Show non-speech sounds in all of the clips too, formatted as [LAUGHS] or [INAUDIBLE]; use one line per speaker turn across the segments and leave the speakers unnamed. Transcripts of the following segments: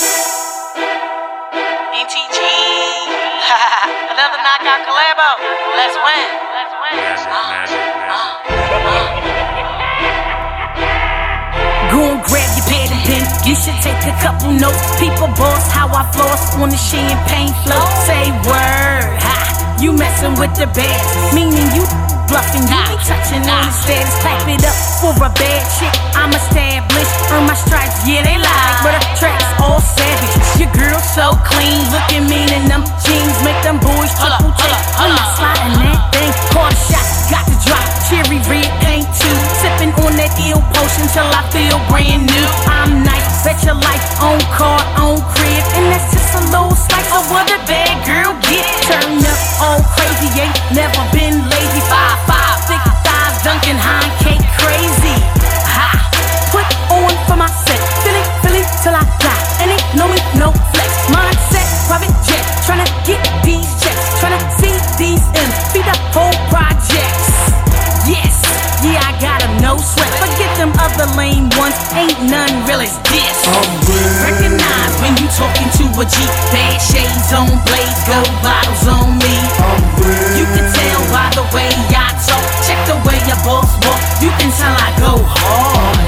ETG. E [LAUGHS] Another knockout collabo. Let's win. Let's win. Uh-huh.
Goon, grab your pen and pen. You should take a couple notes. People boss how I floss on the champagne float. Say word, ha. You messing with the best, meaning you bluffing. You ain't touching on the status. Clap it up for a bad chick. I'm established, earn my stripes. Yeah, they like, but the tracks all savage. Your girl so clean, looking mean in them jeans. Make them boys triple take. I'm not sliding that thing. Call the shot, got the drop. Cherry red paint too. Sipping on that ill potion till I feel brand new. I'm nice, bet your life on car, on crib, and that's just a little slice of what a bad girl get. Turn up on crazy, ain't never been lazy. Five five, thick thighs, Duncan Hine cake crazy. Ha! Put on for my set, feel it, feel it till I die. And it know me, no flex. Mindset, private jet, tryna get these checks, tryna see these M's, feed up whole projects. Yes, yeah, I got 'em, no sweat. Forget them other lame ones, ain't none real as this. Recognize when you talking to a G. Bad shades on blaze, go bottles on me. You can tell by the way I talk. Check the way your boss walk. You can tell I go hard.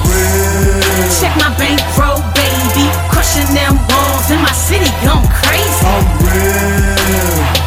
Check my bankroll, baby. Crushing them walls in my city, gone crazy.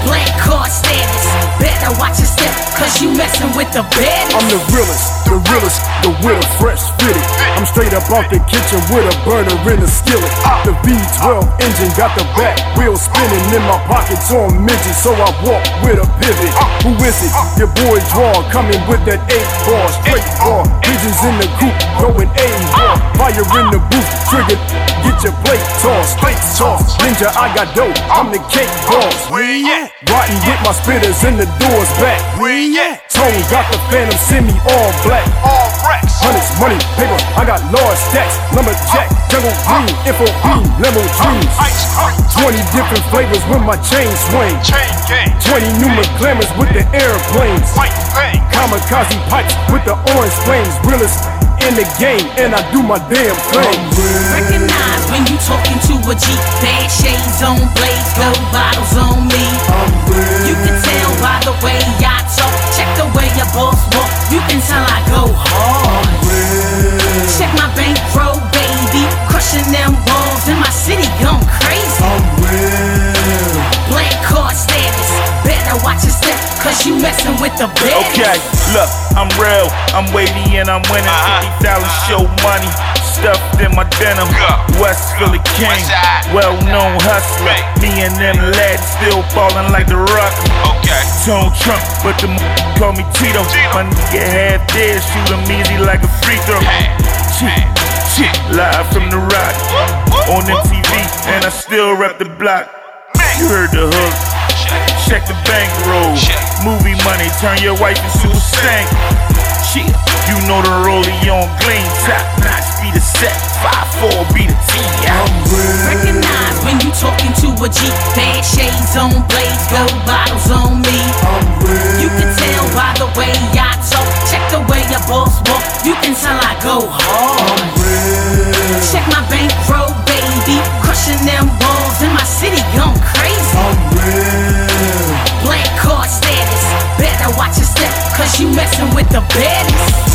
Black card status. Better watch your step, cause you messing with the baddest.
I'm the realest, the realest, the with a fresh fitted. I'm straight up off the kitchen with a burner in the skillet. The V12 engine got the back wheel spinning in my pockets on midget, so I walk with a pivot. Who is it? Your boy Draw coming with that eight ball, straight ball. Pigeons in the coop going a ball. Fire in the booth, trigger. Get your plate tossed, plate tossed. Ninja, I got dope. I'm the cake boss.
We at?
Rotten with my spitters in the doors back.
We at?
Tone got the phantom, send me all black.
All racks.
Hundreds, money, paper, I got large stacks. Lumberjack, jungle green, info beam, limo dreams.
Ice cream.
20 different flavors with my chain swing.
Chain gang.
20 new McLarens with the airplanes.
White thing.
Kamikaze pipes with the orange flames. Realest in the game, and I do my damn thing.
Recognize when you talking to a G. Bad shades on blaze, gold bottles on me. You can tell by the way I talk. Check the way your boss walk. You can tell I go hard. Check my bankroll, baby. Crushing them walls in my city, gone crazy. Black card status. Better watch your step, cause you messing with the best.
Okay, look, I'm real, I'm weighty and I'm winning.
Uh-huh.
50,000 show money stuffed in my denim.
Yeah.
West Philly King,
West side.
well known hustler.
Right.
Me and them lads still falling like the rock.
Okay.
Tone Trump, but the m- call me Tito.
Tito.
My nigga half dead, shoot him easy like a free throw.
Hey.
Shit, shit, live from the rock
Whoop,
on
whoop, whoop.
MTV, and I still rep the block.
Man.
You heard the hook.
Shit.
Check the bankroll.
Check.
Movie money, turn your wife into a saint. Shit, you know the rollie on gleam. Top notch be the set. 5-4 be the T.
Recognize when you talking to a G. Bad shades on blaze, gold bottles on me. You can tell by the way I talk. Check the way your boss walk. You can tell I go hard. Check my bankroll, baby. Crushing them walls in my city, gone crazy. Black card status. Better watch your step, cause you messing with the baddest.